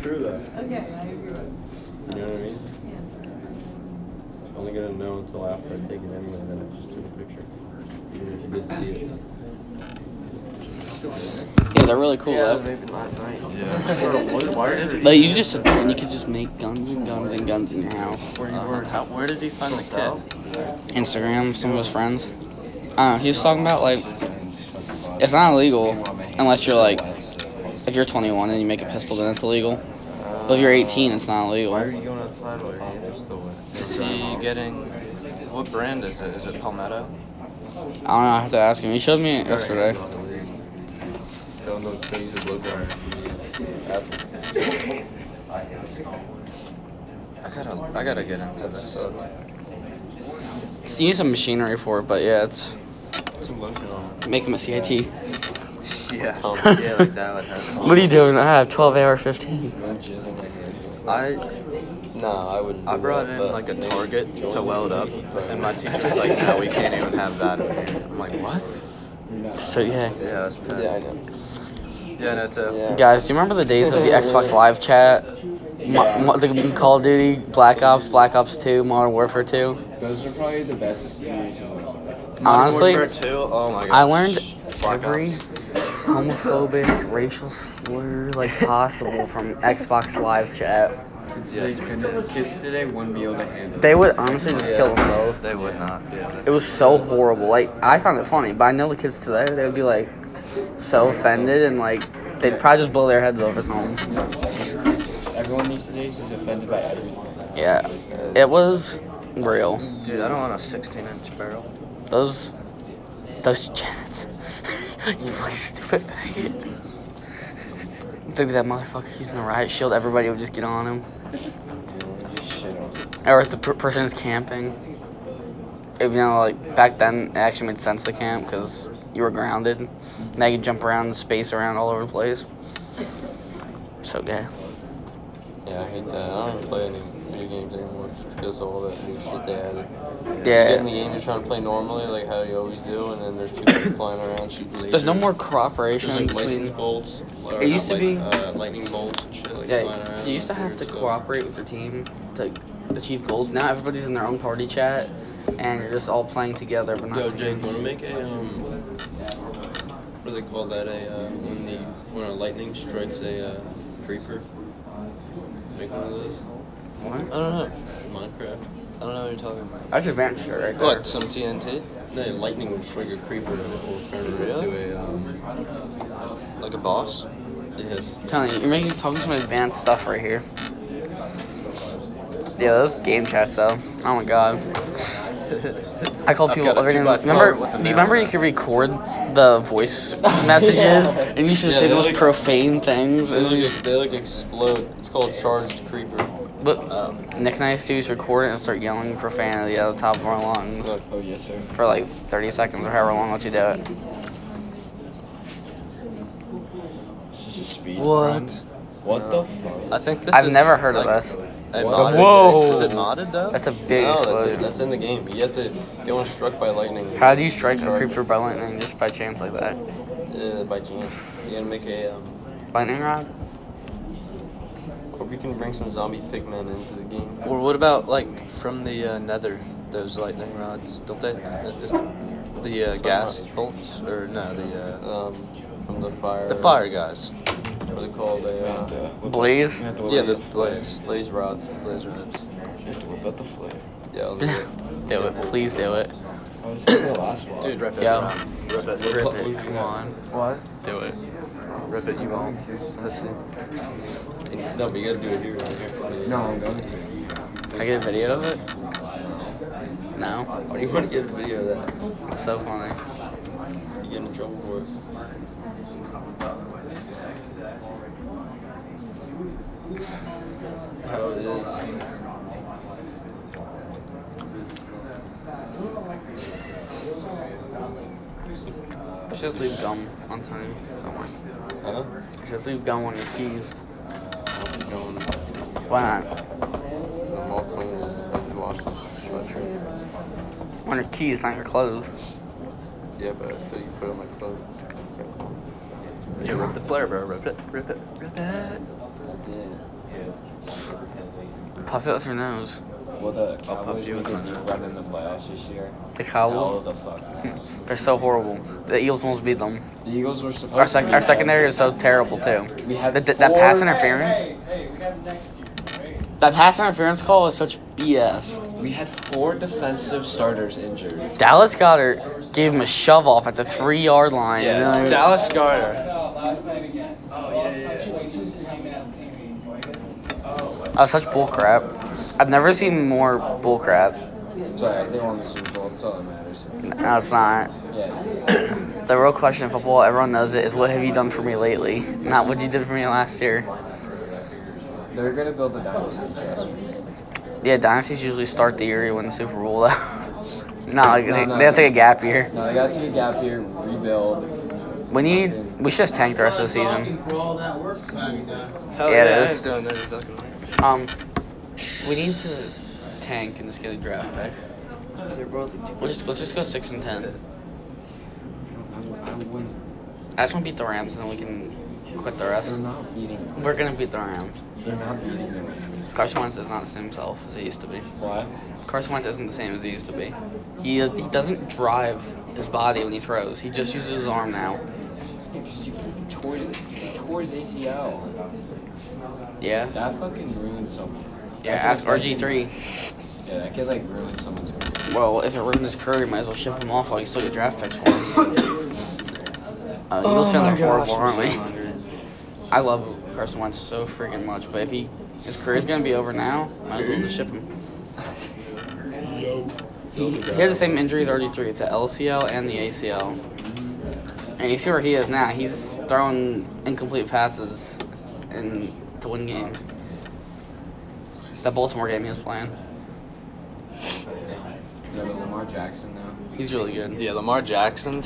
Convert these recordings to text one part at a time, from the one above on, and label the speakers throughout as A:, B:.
A: True that.
B: Okay, I agree with.
C: You know what I mean?
B: Yes.
C: I'm Only gonna know until after I take it anyway that I just took a picture. Even if you did see it.
D: Yeah, they're really cool.
E: Yeah,
D: though.
E: maybe last night.
A: Yeah. Or what- why did it-
D: Like you could just sit there and you could just make guns and guns and guns in your house.
E: Where, you were, how, where did he find the kids?
D: Instagram, some of his friends. I don't know, he was talking about like it's not illegal unless you're like if you're 21 and you make a pistol, then it's illegal. But if you're 18, it's not
E: Why are you
D: illegal.
E: going outside while your hands are still wet?
A: Is
E: Is
A: he
E: he getting? What brand is it? Is it Palmetto?
D: I don't know. I have to ask him. He showed me it yesterday.
C: Found those things that blow dryer in the bathroom.
E: I gotta, I gotta get into
C: That
E: this.
C: sucks.
D: You need some machinery for it, but yeah, it's
C: Put some lotion on.
D: make him a CIT.
E: Yeah,
C: Um,
E: Oh, yeah, like that would happen.
D: What are you doing? I have 12 hour 15.
E: I,
C: No, I wouldn't.
E: I
C: do
E: brought
C: that,
E: in
C: but
E: like a
C: maybe
E: target to
C: join
E: weld
C: the
E: up,
C: Navy, but-
E: and my teacher was like, "No, we can't even have that in here." I'm like, "What?"
D: So yeah.
E: Yeah, that's bad.
C: Yeah, I know.
E: Yeah, no, too.
C: Yeah.
D: Guys, do you remember the days of the Xbox Live chat? Mo- mo- the Call of Duty, Black Ops, Black Ops 2, Modern Warfare 2.
F: Those are probably the best years of my life.
D: Honestly,
E: Modern Warfare 2, oh my gosh.
D: I learned
E: Black
D: every
E: Ops.
D: homophobic, racial slur like possible from Xbox Live chat.
F: They couldn't, kids today wouldn't be able to handle
D: They would honestly just kill them both.
E: They would not.
D: It was so horrible. Like I found it funny, but I know the kids today they would be like so offended and like they'd probably just blow their heads off at home.
F: it. Everyone these days is offended by everything.
D: Yeah, it was real.
E: Dude, I don't want a 16 inch barrel.
D: Those those chats. you fucking stupid faggot. Look at that motherfucker. He's in the riot shield. Everybody would just get on him. Or if the per- person is camping. If, you know, like back then, it actually made sense to camp because you were grounded. Now you jump around and space around all over the place. So gay.
C: Yeah, I hate that. I don't even play any video games anymore just because of all that new shit they added. You get in the
D: Yeah.
C: game, you're trying to play normally, like how you always do, and then there's people flying around shooting lasers.
D: There's no more
C: There's
D: cooperation
C: like license
D: between.
C: bolts. or
D: It used
C: not
D: to
C: light-
D: be-
C: uh, lightning bolts and shit. Like flying
D: Yeah,
C: around
D: you used to have
C: weird
D: to
C: stuff.
D: cooperate with your team to achieve goals. Now everybody's in their own party chat, and you're just all playing together, but not
C: Yo,
D: together.
C: Jake, wanna make a um, what do they call that? A uh, when the when a lightning strikes a uh, creeper. Make one of those.
E: I
D: What?
E: don't know.
C: Minecraft.
E: I don't know what you're talking about.
D: That's advanced shit right there.
E: What, some TNT?
C: No, lightning will strike a creeper and it will turn it
E: Really?
C: into a um.
E: Like a boss?
C: Yes.
D: I'm telling you, you're making talking some advanced stuff right here. Yeah, those game chats though. Oh my god. I called
E: I've
D: people.
E: got a
D: Every
E: two by
D: time,
E: four
D: remember,
E: with a
D: do you
E: nail
D: remember
E: in
D: you
E: it.
D: could record the voice messages, and you should
C: Yeah,
D: say the
C: they're
D: most
C: like-
D: profane things,
C: They
D: and then you
C: like, they like explode. It's called charged creeper.
D: But
C: Um,
D: Nick and I used to use record it and start yelling profanity at the top of our lungs
C: look,
F: Oh yes, sir.
D: for like 30 seconds or however long let you do it.
F: This is a speed run.
E: What?
F: What the fuck?
E: I think this
D: I've
E: is
D: never heard of
E: like
D: this.
E: A
F: What?
E: modded
D: Whoa.
E: Is it modded though?
D: That's a big
C: no, that's it.
D: explosion.
C: That's in the game. You have to get one struck by lightning.
D: How do you strike a
C: Charge
D: creeper by lightning just by chance like that?
C: it, Uh, by chance. You gotta make a um.
D: Lightning rod?
C: Or we can bring some zombie pigmen into the game.
E: Or what about like from the uh, Nether? Those lightning rods, don't they? The uh, gas bolts, or no, the uh,
C: Um, from the fire.
E: the fire guys.
C: What are they called? They,
F: And,
C: uh,
F: uh, whip
D: Blaze?
F: out- you have to whip
E: Yeah,
F: out
E: the flares.
C: blaze rods.
E: Blaze rods.
F: You have to whip out the flare.
C: Oh, Yeah. I'll do
D: do
C: it.
D: it. Please do it.
F: I was the last one.
E: Dude, rip it.
D: Yo.
E: Rob. Rip it.
D: Rip it. Come on.
E: What?
D: Do it.
E: Rip it, you won't. Pussy.
C: No, but you gotta do it here. Right here.
F: No, I'm going to.
D: Can I get a video of it? No.
C: Why do you want to get a video of that?
D: It's so funny.
C: You get in trouble for it. How it is.
D: I should just leave gum on time somewhere.
C: Huh?
D: I should just leave gum on your keys.
C: I'm going.
D: Why not?
C: I'm all clean. I just washed this sweatshirt.
D: On your keys, not your clothes.
C: Yeah, but I feel you put it on my clothes.
E: Yeah, rip the flare, bro. Rip it. Rip it. Rip
C: I
E: it.
C: did.
D: Puff it with your nose.
F: Well, the
E: puff
F: Cowboys
E: you
F: need
E: with
F: to
E: my nose.
F: run in the playoffs this year.
D: The
F: Hell
D: Cowboys.
F: the fuck no.
D: They're so horrible. The Eagles almost beat them.
F: The Eagles were supposed
D: Our,
F: to
D: sec-
F: be
D: our
F: bad.
D: secondary is so terrible too.
F: We had
D: That, that, that pass
F: four-
D: interference. That pass interference call is such BS.
F: We had four defensive starters injured.
D: Dallas Goddard gave him a shove off at the three yard line. and then
E: Yeah,
D: they-
E: Dallas Garner.
D: That was such bullcrap. I've never seen more bullcrap.
F: It's alright, they won the Super Bowl. That's all that matters.
D: No, it's not.
F: Yeah. it is.
D: The real question in football, everyone knows it, is what have you done for me lately? Not what you did for me last year.
F: They're gonna build a dynasty. Trust me.
D: Yeah, dynasties usually start the year you win the Super Bowl, though. no, like, they,
F: No, no.
D: they'll take a gap year.
F: No, they gotta take a gap year, rebuild.
D: We need, we should just tank the rest of the season.
E: Hell
D: Yeah, it
E: I
D: is.
E: ain't doing that, that's gonna-
D: Um, we need to tank and just get a draft pick. We'll just, let's just go six and ten.
F: I wouldn't.
D: I just want to beat the Rams, and then we can quit the
F: They're
D: rest.
F: not beating.
D: We're gonna beat the Rams.
F: They're not beating the Rams.
D: Carson Wentz is not the same himself as he used to be.
F: Why?
D: Carson Wentz isn't the same as he used to be. He he doesn't drive his body when he throws. He just uses his arm now.
F: He tore his, he tore his ACL.
D: Yeah.
F: That fucking ruined someone.
D: Yeah. Ask RG3.
F: Yeah, that kid like ruined someone's career.
D: Well, if it ruined his career, you might as well ship him off while you still get draft picks for him. Uh, Eagles fans are horrible, aren't we? I love Carson Wentz so freaking much, but if he his career's gonna be over now, might as well just ship him. He, he had the same injuries RG3, the LCL and the ACL. And you see where he is now. He's throwing incomplete passes and to win games. That Baltimore game he was playing,
F: Yeah, but Lamar Jackson now.
D: he's really good.
E: Yeah, Lamar Jackson.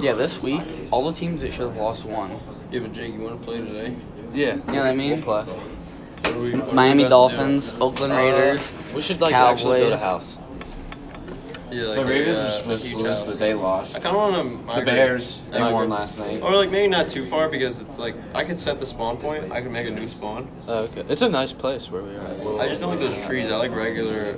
D: Yeah, this week all the teams that should have lost won.
C: Yeah, but Jake, you want to play today?
E: Yeah.
D: You know what I mean?
E: We'll play.
C: What are we- what are we
D: Miami
C: about to do?
D: Dolphins, Oakland Raiders.
E: Uh, We should like actually build a
D: Cowboys.
E: house.
C: Yeah, like
F: the
C: a,
F: Ravens
C: uh,
F: were
C: a
F: supposed
C: huge
F: to lose,
C: house.
F: but they
C: I
F: lost.
C: kind of want to.
F: The Bears, they won last night.
C: Or like maybe not too far because it's like I could set the spawn point. I could make a new spawn.
E: Oh, okay. It's a nice place where we are. We'll-
C: I just don't like those trees. I like regular.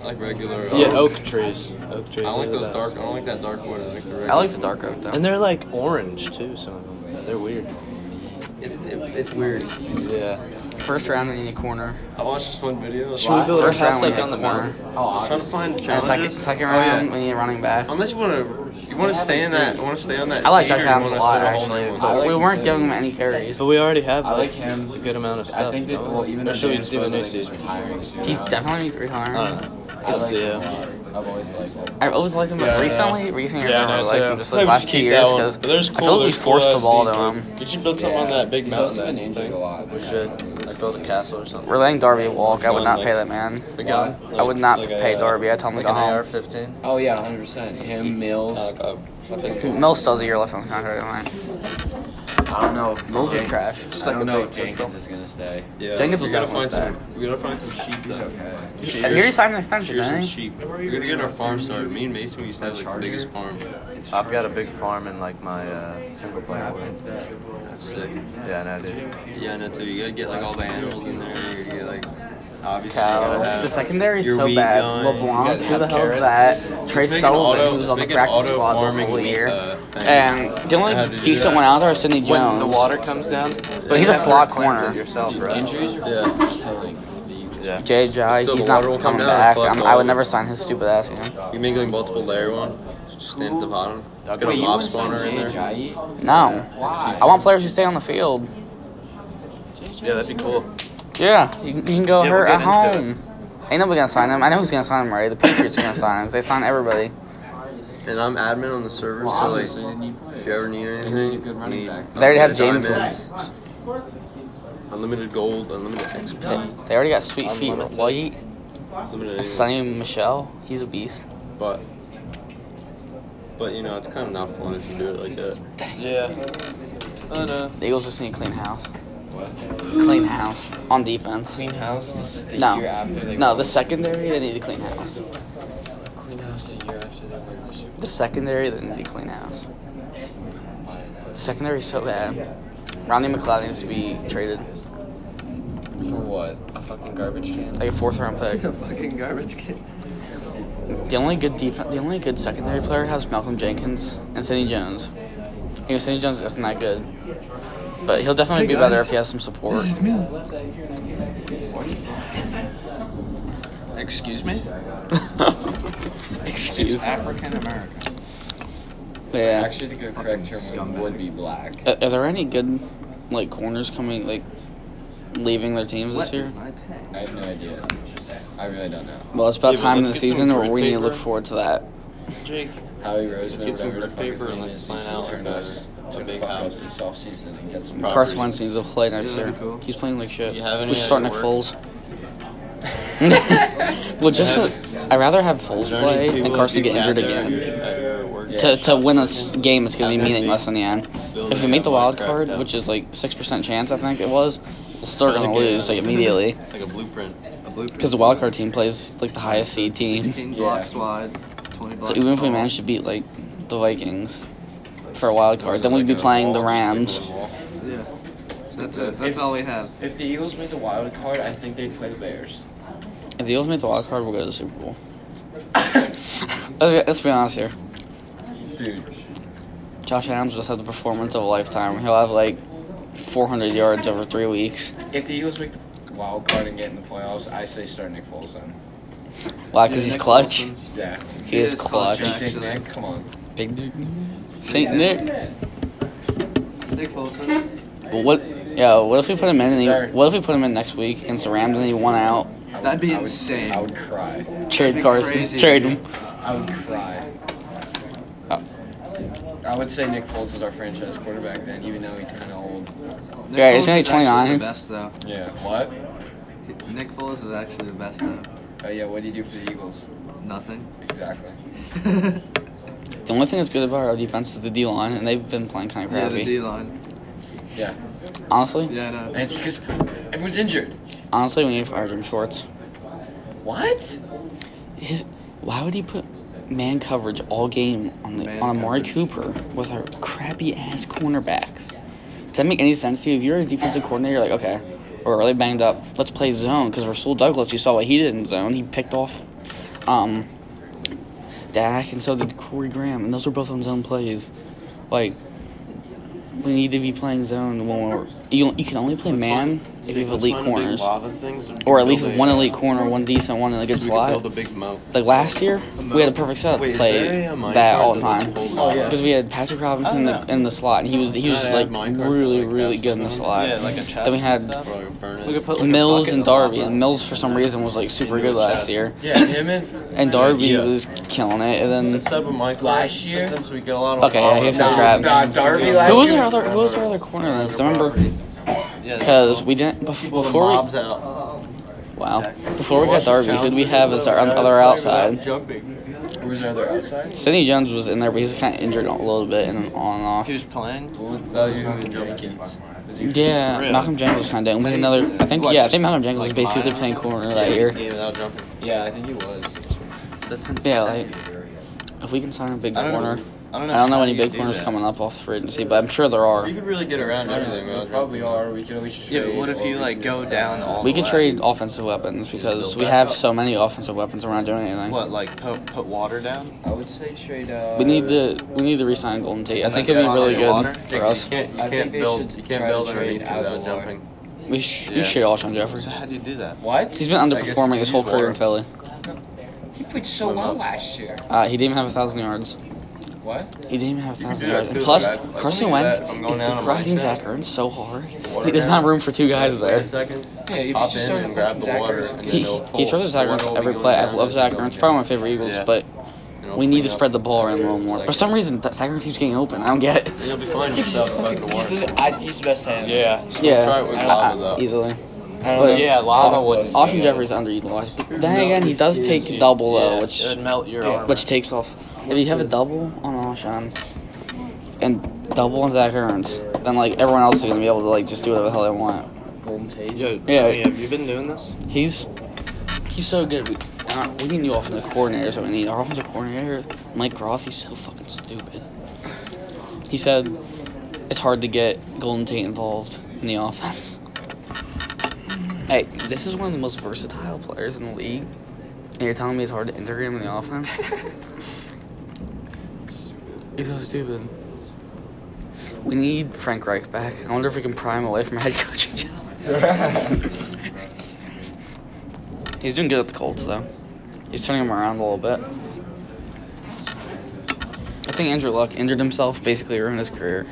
C: I like regular.
E: yeah,
C: um,
E: oak trees. Oak trees.
C: I don't like
E: are the
C: those dark. I
E: best.
C: don't like that dark wood. I like the regular.
D: I like the
C: wood.
D: dark oak though.
E: And they're like orange too. Some of them. They're weird.
C: It's, it, it's weird.
E: Yeah.
D: First round in the corner.
C: I watched this one video.
E: Should we
C: Like,
E: build a
D: First
E: house
D: round we
E: like
D: had
E: on the
D: corner.
E: mountain?
F: Oh,
C: I was trying to
F: obviously.
C: find
D: And second,
C: challenges.
D: second
C: Oh,
D: round,
C: yeah.
D: we need a running back.
C: Unless you want to, you want to stay in that. Want to stay on that.
D: I like
C: seat,
D: Josh
C: or you
D: Adams a
C: wanna
D: lot,
C: start whole new
D: actually.
C: one?
F: I
D: but we
F: like
D: weren't
F: him.
D: giving him any carries.
E: But we already have
F: I like
E: like,
F: him.
E: a good amount of stuff.
F: I think that
E: don't
F: well,
E: we?
F: even
E: or
F: the
E: should we
F: Bears
E: do a
F: players,
E: new
F: I think,
E: season? I
F: retiring soon.
D: He's definitely needs
E: don't
D: retiring.
E: know.
F: I
E: It's
F: like him.
E: yeah.
C: uh,
F: I've always liked him.
D: I've always liked him, but
C: Yeah, I know.
D: recently, recent years
E: Yeah,
D: I
E: I
D: don't
E: know,
D: really like
E: too.
D: him. Just
C: Maybe
D: like
C: we
D: last
C: should
D: two
C: keep
D: years,
C: that one.
D: because
C: But there's
D: I
C: cool-
D: feel like we
C: there's cool
D: forced the
C: ass
D: ball to
C: seats,
D: him.
C: like, We should build something on that big
F: He's
C: mountain.
F: also been
C: that
F: injured
C: thing.
F: a lot.
E: We should. Like build a castle or something.
D: We're letting Darby walk. I would
C: One,
D: not
C: like-
D: pay that man.
E: Like a-
D: I would not
C: like a,
D: pay
C: uh,
D: Darby. I told him
E: Like
D: to
E: an
D: go home.
E: AR-15.
F: Oh yeah, 100. percent Him, Mills.
C: Uh, like a-
D: Mills still has a year left on his contract. I think.
F: I don't know. if
D: Mills is
F: Jen-
D: trash.
E: Just
F: I
E: like a
F: don't know
E: big
F: if Jenkins
E: pistol.
F: is gonna stay.
C: Yeah,
D: Jenkins
C: we
D: will
C: gotta
D: definitely
C: find some. We gotta find some sheep
F: He's
C: though.
F: okay.
D: I hear he signed an extension,
C: Shears
D: didn't
C: and
D: he?
C: sheep. We're gonna get our farm started. Me and Mason we used to have like the biggest farm.
E: I've got a big farm in like my uh, single
F: What
E: player.
F: happens there?
C: That's sick.
E: Yeah, I know, dude.
C: Yeah, I know too. You gotta get like all the animals in there. You gotta get like obviously.
E: Cows.
C: You gotta have
D: Oh, The secondary is
C: your
D: so
C: wheat
D: bad.
C: going, you
D: LeBlanc,
C: gotta
D: who the
C: have
D: hell is
C: carrots.
D: that? Trey
C: Make an
D: Sullivan,
C: auto-
D: who was on the
C: make an
D: practice
C: auto
D: squad the
C: farming,
D: whole year.
C: uh, thing.
D: and the
C: How do
D: only
C: you do
D: decent
C: that?
D: one out there is Sidney
E: When
D: Jones.
E: the water comes down.
D: But he's
E: you
D: a
E: never
D: slot
E: cleanse it
D: corner.
E: Yourself, right?
F: Injuries are
C: Yeah.
F: killing the Eagles.
E: Yeah.
D: JJ,
C: So
D: he's
C: the
D: not
C: water will come
D: coming
C: down and
D: back.
C: collect
D: I'm,
C: all
D: I
C: of
D: would
C: it.
D: never sign his stupid ass again.
C: You mean like multiple layer one? Just stand at the bottom. Let's get a
F: Wait, you
C: mob
F: wouldn't sign
C: spawner in there.
F: JJ?
D: No.
F: Why?
D: I want players who stay on the field.
E: Yeah, that'd be cool.
D: Yeah, you, can- you can go
E: Yeah,
D: hurt
E: we'll
D: at
E: get into
D: home. Ain't nobody gonna sign him. I know who's gonna sign him already. The Patriots are gonna sign him. 'cause They sign everybody.
C: And I'm admin on the server,
F: Well,
C: so
F: obviously they need
C: like,
F: players.
C: if you ever need anything,
F: need a good running back.
D: They already have
C: unlimited
D: James.
C: diamonds, Unlimited gold, unlimited
D: They,
C: XP,
D: they already got sweet feet with
E: Unlimited.
D: White,
C: unlimited anything.
D: Sonny Michelle. He's a beast.
C: But, but you know, it's kind of not fun if you do it like that.
E: Yeah. I know.
D: The Eagles just need a clean house.
F: What?
D: Clean house on defense.
F: Clean house. This is the year
D: No,
F: after they.
D: no.
F: won.
D: The secondary they need to clean house.
F: Clean house the year after they win the Super
D: The secondary they need to clean house.
F: Bowl. Why
D: The secondary so bad. Ronnie McLeod needs to be traded.
F: not? For what? what? A fucking garbage can?
D: Like a fourth round pick.
C: a fucking garbage can.
D: The only good def- the only good secondary player has Malcolm Jenkins and Sidney Jones. You know, Sidney Jones isn't that good, but he'll definitely be better if he has some support.
C: Excuse me?
D: Excuse me.
A: African American.
D: Yeah.
F: Actually, I think the correct term would, would be black.
D: Are, are there any good like corners coming like leaving their teams this year?
F: I have no idea. I really don't know.
D: Well, it's about
C: Yeah, but
D: time in the
C: let's get some
D: season where
C: grit
D: we need to look
C: paper.
D: forward to that.
C: Jake.
F: Howie Roseman,
C: get some
F: whatever the
C: grit
F: fuck his
C: paper and
F: name
C: let's
F: is,
C: plan
F: needs to
C: out
F: turn
C: a-
F: us
C: a
F: to
C: big
F: fuck up
C: house.
F: this offseason and get some
C: Proper-
D: Carson Wentz needs to play next
C: Yeah,
D: year.
C: that'd be cool.
D: He's playing like shit.
C: You have any
D: we should start
C: idea
D: Nick
C: where-
D: Foles. well, just
C: Yeah.
D: i I'd rather have Foles play and Carson get injured again. To, to win a s- game, it's going to
C: Have that
D: be
C: big
D: meaningless in the end.
C: building
D: If we make the
C: have
D: wild
C: Minecraft
D: card,
C: out.
D: which is like six percent chance, I think it was, we're still going to lose like immediately
C: Like a blueprint. A blueprint.
D: because the wild card team plays like the highest seed team.
A: 16
F: Yeah.
A: blocks wide, 20 blocks
D: So even if we
A: tall.
D: manage to beat like the Vikings for a wild card, then we'd be playing the Rams.
A: Yeah. That's it. That's all we have.
F: If the Eagles made the wild card, I think they'd play the Bears.
D: If the Eagles make the wild card, we'll go to the Super Bowl. okay, let's be honest here.
F: Dude,
D: Josh Adams just had the performance of a lifetime. He'll have like 400 yards over three weeks.
F: if the Eagles make the wild card and get in the playoffs, I say start Nick Foles then.
D: Why? Because Uh, he's
A: Nick
D: clutch.
A: Wilson.
F: Yeah.
D: He is clutch.
F: Big
A: clutch,
F: Big
A: actually.
F: Nick, come on.
D: Big Nick. Saint Nick.
A: Nick Foles.
D: But what? Yeah. What if we put him in? And
F: Sorry.
D: he, what if we put him in next week against the Rams and he won out?
F: I would-
A: That'd be
F: I would-
A: insane.
F: I would cry.
D: Trade
A: be
D: Carson.
A: crazy.
D: Trade him.
F: I would cry.
D: Oh.
F: I would say Nick Foles is our franchise quarterback then, even though he's kind of old.
A: Nick
D: Yeah,
A: Foles
D: isn't he
A: is actually
D: 29?
A: The best though.
F: Yeah. What?
A: Nick Foles is actually the best though.
F: Oh yeah. What do you do for the Eagles?
A: Nothing.
F: Exactly.
A: yeah,
D: The only thing that's good about our defense is the D line, and they've been playing kind of
A: the D
D: crappy.
A: line.
F: Yeah.
D: Honestly,
A: Yeah, I know.
F: And it's because everyone's injured.
D: honestly, we need to fire Jim Schwartz.
F: What?
D: His, why would he put man coverage all game on the,
A: Man
D: on Amari
A: coverage.
D: Cooper with our crappy ass cornerbacks? Does that make any sense to you? If you're a defensive coordinator, you're like, okay, we're really banged up. Let's play zone because Rasul Douglas, you saw what he did in zone. He picked off um, Dak and so did Corey Graham, and those were both on zone plays. Like, we need to be playing zone when we're. You, you can only play man if you have elite corners. Or at least one elite corner, one decent, one in a good
C: So we could
D: slot.
C: build a big moat.
D: Like last year, we had a perfect setup
C: Wait,
D: to
C: is
D: play
C: there a minecart
D: that all the
C: that lets
D: time.
C: you hold Oh, yeah.
D: Because we had Patrick Robinson in
C: Oh,
D: the,
C: yeah.
D: in the slot, and he was he was
C: Yeah, they
D: like
C: have minecarts that,
D: really
C: like,
D: really
C: have
D: good in the
C: something
D: slot.
E: Yeah, like a chest
D: then we had
E: and stuff.
C: Or like a furnace.
E: We could put like a
D: Mills
E: bucket
D: and
E: in the
D: Darby,
E: locker.
D: and Mills for some reason was like super
C: Into a
D: good last
C: chest.
D: year,
F: Yeah, him and.
D: and Darby
C: Yeah.
D: was killing it. And
C: Let's
D: then
C: have a mic
F: Last year?
C: system so we get a lot of
D: Okay, yeah, here's
F: Nah,
D: the crap.
F: nah, Darby last
D: who was
F: year-
D: our other who was our other corner then? 'Cause I remember
C: Yeah,
D: because we didn't bef-
C: people the
D: before
C: mobs
D: we,
C: out.
D: wow before we got
C: Watch this
D: Darby,
C: town.
D: who did we have as our
C: Guys,
D: other
C: play
D: outside?
C: without Jumping.
F: Who was our other outside?
D: Sidney Jones was in there, but he was kind of injured a little bit and on and off.
E: He was playing.
C: Oh, you have the jump
D: Yeah,
E: Really?
D: Malcolm Jenkins kind of. And we had another. I think
C: What,
D: yeah, I
C: just
D: think Malcolm Jenkins was
C: like
D: basically
C: mine?
D: playing corner that year.
C: Yeah, without jumping.
F: Yeah, I think he was.
E: That's insane.
D: Yeah, like if we can sign a big
C: I don't
D: corner,
C: know.
D: I
C: I
D: don't
C: don't
D: know,
C: know how
D: any
C: you
D: big
C: do
D: corners
C: that.
D: coming up off free agency, but I'm sure there are.
C: You could really get
F: I
C: around
F: don't
C: everything
F: know,
C: without
F: we probably
C: jumping.
F: are. We could always just.
E: Yeah, but what if you like go down all?
D: We
E: the
D: can
E: way?
D: trade offensive weapons because
C: build
D: we
C: back
D: have
C: up.
D: so many offensive weapons. We're not doing anything.
E: What like put, put water down?
F: I would say trade. Uh,
D: We need to we need to resign Golden Tate. I
E: And
D: think
E: then
D: it'd be
E: get
D: really
E: Andre
D: good
E: Water.
D: for us.
C: You can't, you
F: I think
C: can't
F: they
C: build,
F: should
C: you can't
F: try to
C: build underneath
F: trade
C: without
F: Aguilar.
C: jumping.
D: We, sh-
E: Yeah.
D: we should all on Jeffrey.
E: So how do you do that?
F: What?
D: He's been underperforming his whole career in Philly.
F: He played so well last year.
D: Uh, he didn't even have a thousand yards.
F: What?
D: He didn't even have a
C: You can
D: thousand
C: do that
D: yards. And
C: too,
D: plus,
C: like, I- I
D: Carson
C: believe
D: Wentz
C: that. I'm
D: is
C: going down on my
D: grinding
C: set.
D: Zach Ertz so hard.
C: Water
D: There's
C: down.
D: not room for two guys
C: Wait
D: there.
C: a second.
F: Yeah, if you
C: Pop
F: just
C: in
F: started
C: and grab the
F: fucking
C: water,
F: Zach
C: and
F: Ertz-
C: then
D: He,
C: they'll
D: he
C: pull.
D: throws to Zach
C: Water
D: Ertz
C: will
D: every
C: be
D: play.
C: going
D: I
C: down
D: love
C: as
D: Zach
C: you go
D: Ertz.
C: down.
D: Probably my favorite Eagles,
E: Yeah.
D: but
C: And it'll
D: we need
C: clean
D: to
C: up.
D: spread the ball around a little more. For some reason, that Zach Ertz keeps getting open. I don't get it.
C: You'll be fine
F: He's,
C: without
F: just
C: a
F: fucking,
C: bucket of
F: he's,
C: water.
F: the- I- he's the best tight end.
E: Yeah.
D: Yeah,
C: try it with
D: I-
C: Lava,
D: I-
C: though.
D: easily.
F: I don't
D: But-
F: know.
E: Yeah, lava
D: Au-
E: wouldn't.
D: Austin Jeffrey's underutilized. But then again, he does take double uh,
E: yeah,
D: though, which
E: it would melt your arm.
D: which takes off. If you have a double on Alshon and double on Zach Ertz, then like everyone else is gonna be able to like just do whatever the hell they want.
F: Golden Tate.
E: Yo,
D: Yeah.
E: Tony, have you been doing this?
D: He's he's so good. We, uh, we need new offensive coordinators. I need our offensive coordinator, Mike Groth. He's so fucking stupid. He said it's hard to get Golden Tate involved in the offense. Hey, this is one of the most versatile players in the league, and you're telling me it's hard to integrate him in the offense?
E: He's so stupid.
D: we need Frank Reich back. I wonder if we can pry him away from head coaching job. He's doing good at the Colts though. He's turning him around a little bit. I think Andrew Luck injured himself, basically ruined his career.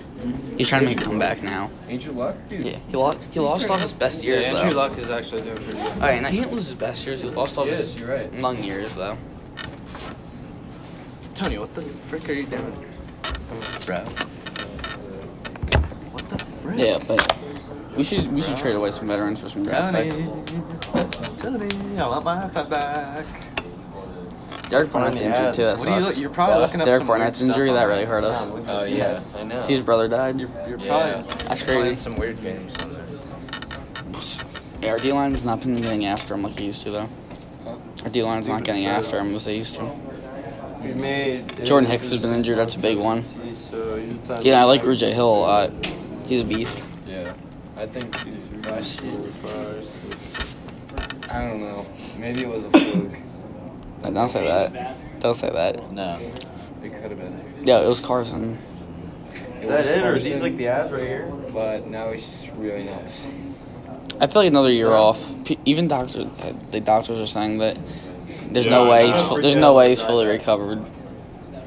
D: He's trying to make a comeback now.
F: Andrew Luck, dude.
D: Yeah, he lost. He lost off his best years
E: yeah,
D: though.
E: Andrew Luck is actually doing pretty good.
D: All right, now he didn't lose his best years. He lost all
F: Yes,
D: his
F: you're right.
D: long years though.
A: Tony, what the frick are you doing?
C: Bro.
A: What the frick?
D: Yeah, but we should we should trade away some veterans for some draft
E: Tony,
D: picks.
E: Tony, I want my iPad back.
D: Derek Barnett's injured too. That
E: What are you,
D: sucks.
E: look- you're probably looking up
D: Derek
E: some weird
D: Barnett's
E: stuff
D: injury that
E: on
D: really
E: there.
D: hurt us.
E: Yeah, look-
C: Oh yeah, I know.
D: See his brother died.
E: You're, you're
C: Yeah.
E: probably
D: That's
E: playing
D: crazy.
E: some weird games on there.
D: Yeah, our D line's not been getting after him like he used to though. Our D line's not getting after him as they used to.
C: We made.
D: Jordan Hicks has been injured. That's a big one.
C: So you time
D: Yeah, I like Rujay Hill a lot. He's a beast.
F: Yeah. I think, dude, I should- I don't know. Maybe it was a fluke.
D: Like, Don't say that. Don't say that.
C: No.
F: It could have been.
D: Yeah, it was Carson.
C: Is that
F: was
C: it, or is these
F: Carson,
C: like the abs right here?
F: But now he's just really not the same.
D: I feel like another year off. P- even doctor, uh, the doctors are saying that there's no
C: Yeah,
D: way
C: I
D: he's
C: know.
D: fu- there's no way he's fully recovered.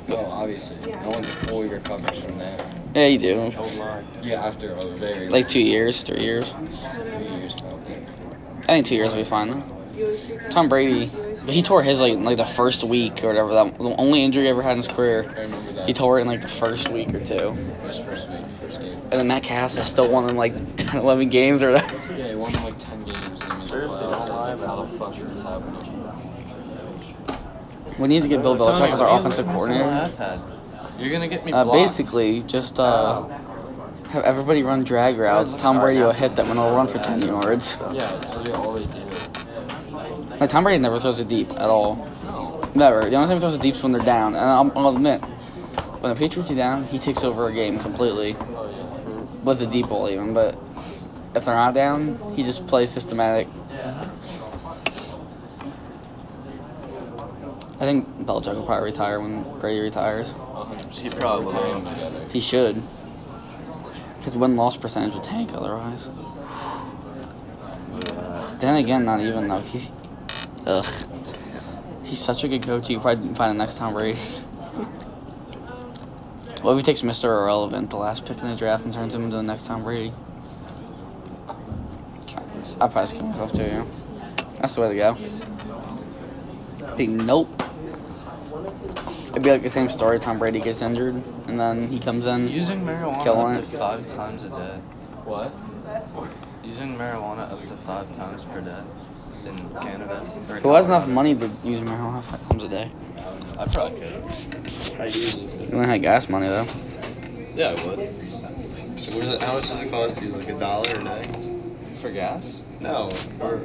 F: No, obviously. No one fully recovers from that.
D: Yeah, you do.
F: Yeah, after a very
D: Like two years, three years.
F: long- two years probably.
D: I think two years will be fine. though. Tom Brady, but he tore his like like the first week or whatever. That the only injury he ever had in his
F: I
D: career,
F: remember that.
D: he tore it in like the first week or two.
F: First, first week, first game.
D: And then Matt Castle still won in like 10, 11 games or that.
F: Yeah, he won like 10 games. And he was
C: Seriously,
F: like,
C: don't lie
F: how
C: about
F: the fuck is this happening?
D: We need to get Bill Belichick as our
E: Tony,
D: offensive
E: where's
D: coordinator.
E: You're gonna get me
D: Uh,
E: blocked.
D: basically, just uh, have everybody run drag routes. Tom Brady will hit them and they'll run for 10 yards.
F: Yeah, it's literally all they do.
D: Like Tom Brady never throws a deep at all.
F: No.
D: Never. The only time he throws a deep is when they're down. And I'll, I'll admit, when the Patriots are down, he takes over a game completely
F: Oh,
D: with the deep ball even. But if they're not down, he just plays systematic. I think Belichick will probably retire when Brady retires.
F: yeah. 100%.
C: He probably will.
D: He should. His win loss percentage would tank otherwise. Then again, not even though he's, ugh, he's such a good coach. You probably didn't find the next Tom Brady. What if he takes Mr. Irrelevant, the last pick in the draft, and turns him into the next Tom Brady? I probably just kill myself too. Yeah, that's the way to go. Be nope. It'd be like the same story. Tom Brady gets injured, and then he comes in.
E: Using marijuana
D: Killing
E: up
D: it.
E: to five times a day.
F: What?
E: Using marijuana up to five times per day in Canada. or in
D: Who has enough
E: Colorado.
D: money to use marijuana five times a day?
E: I probably could.
D: You only had gas money though.
C: Yeah, I would. So what is it, how much does it cost you? Like a dollar a day?
E: For gas?
C: No. For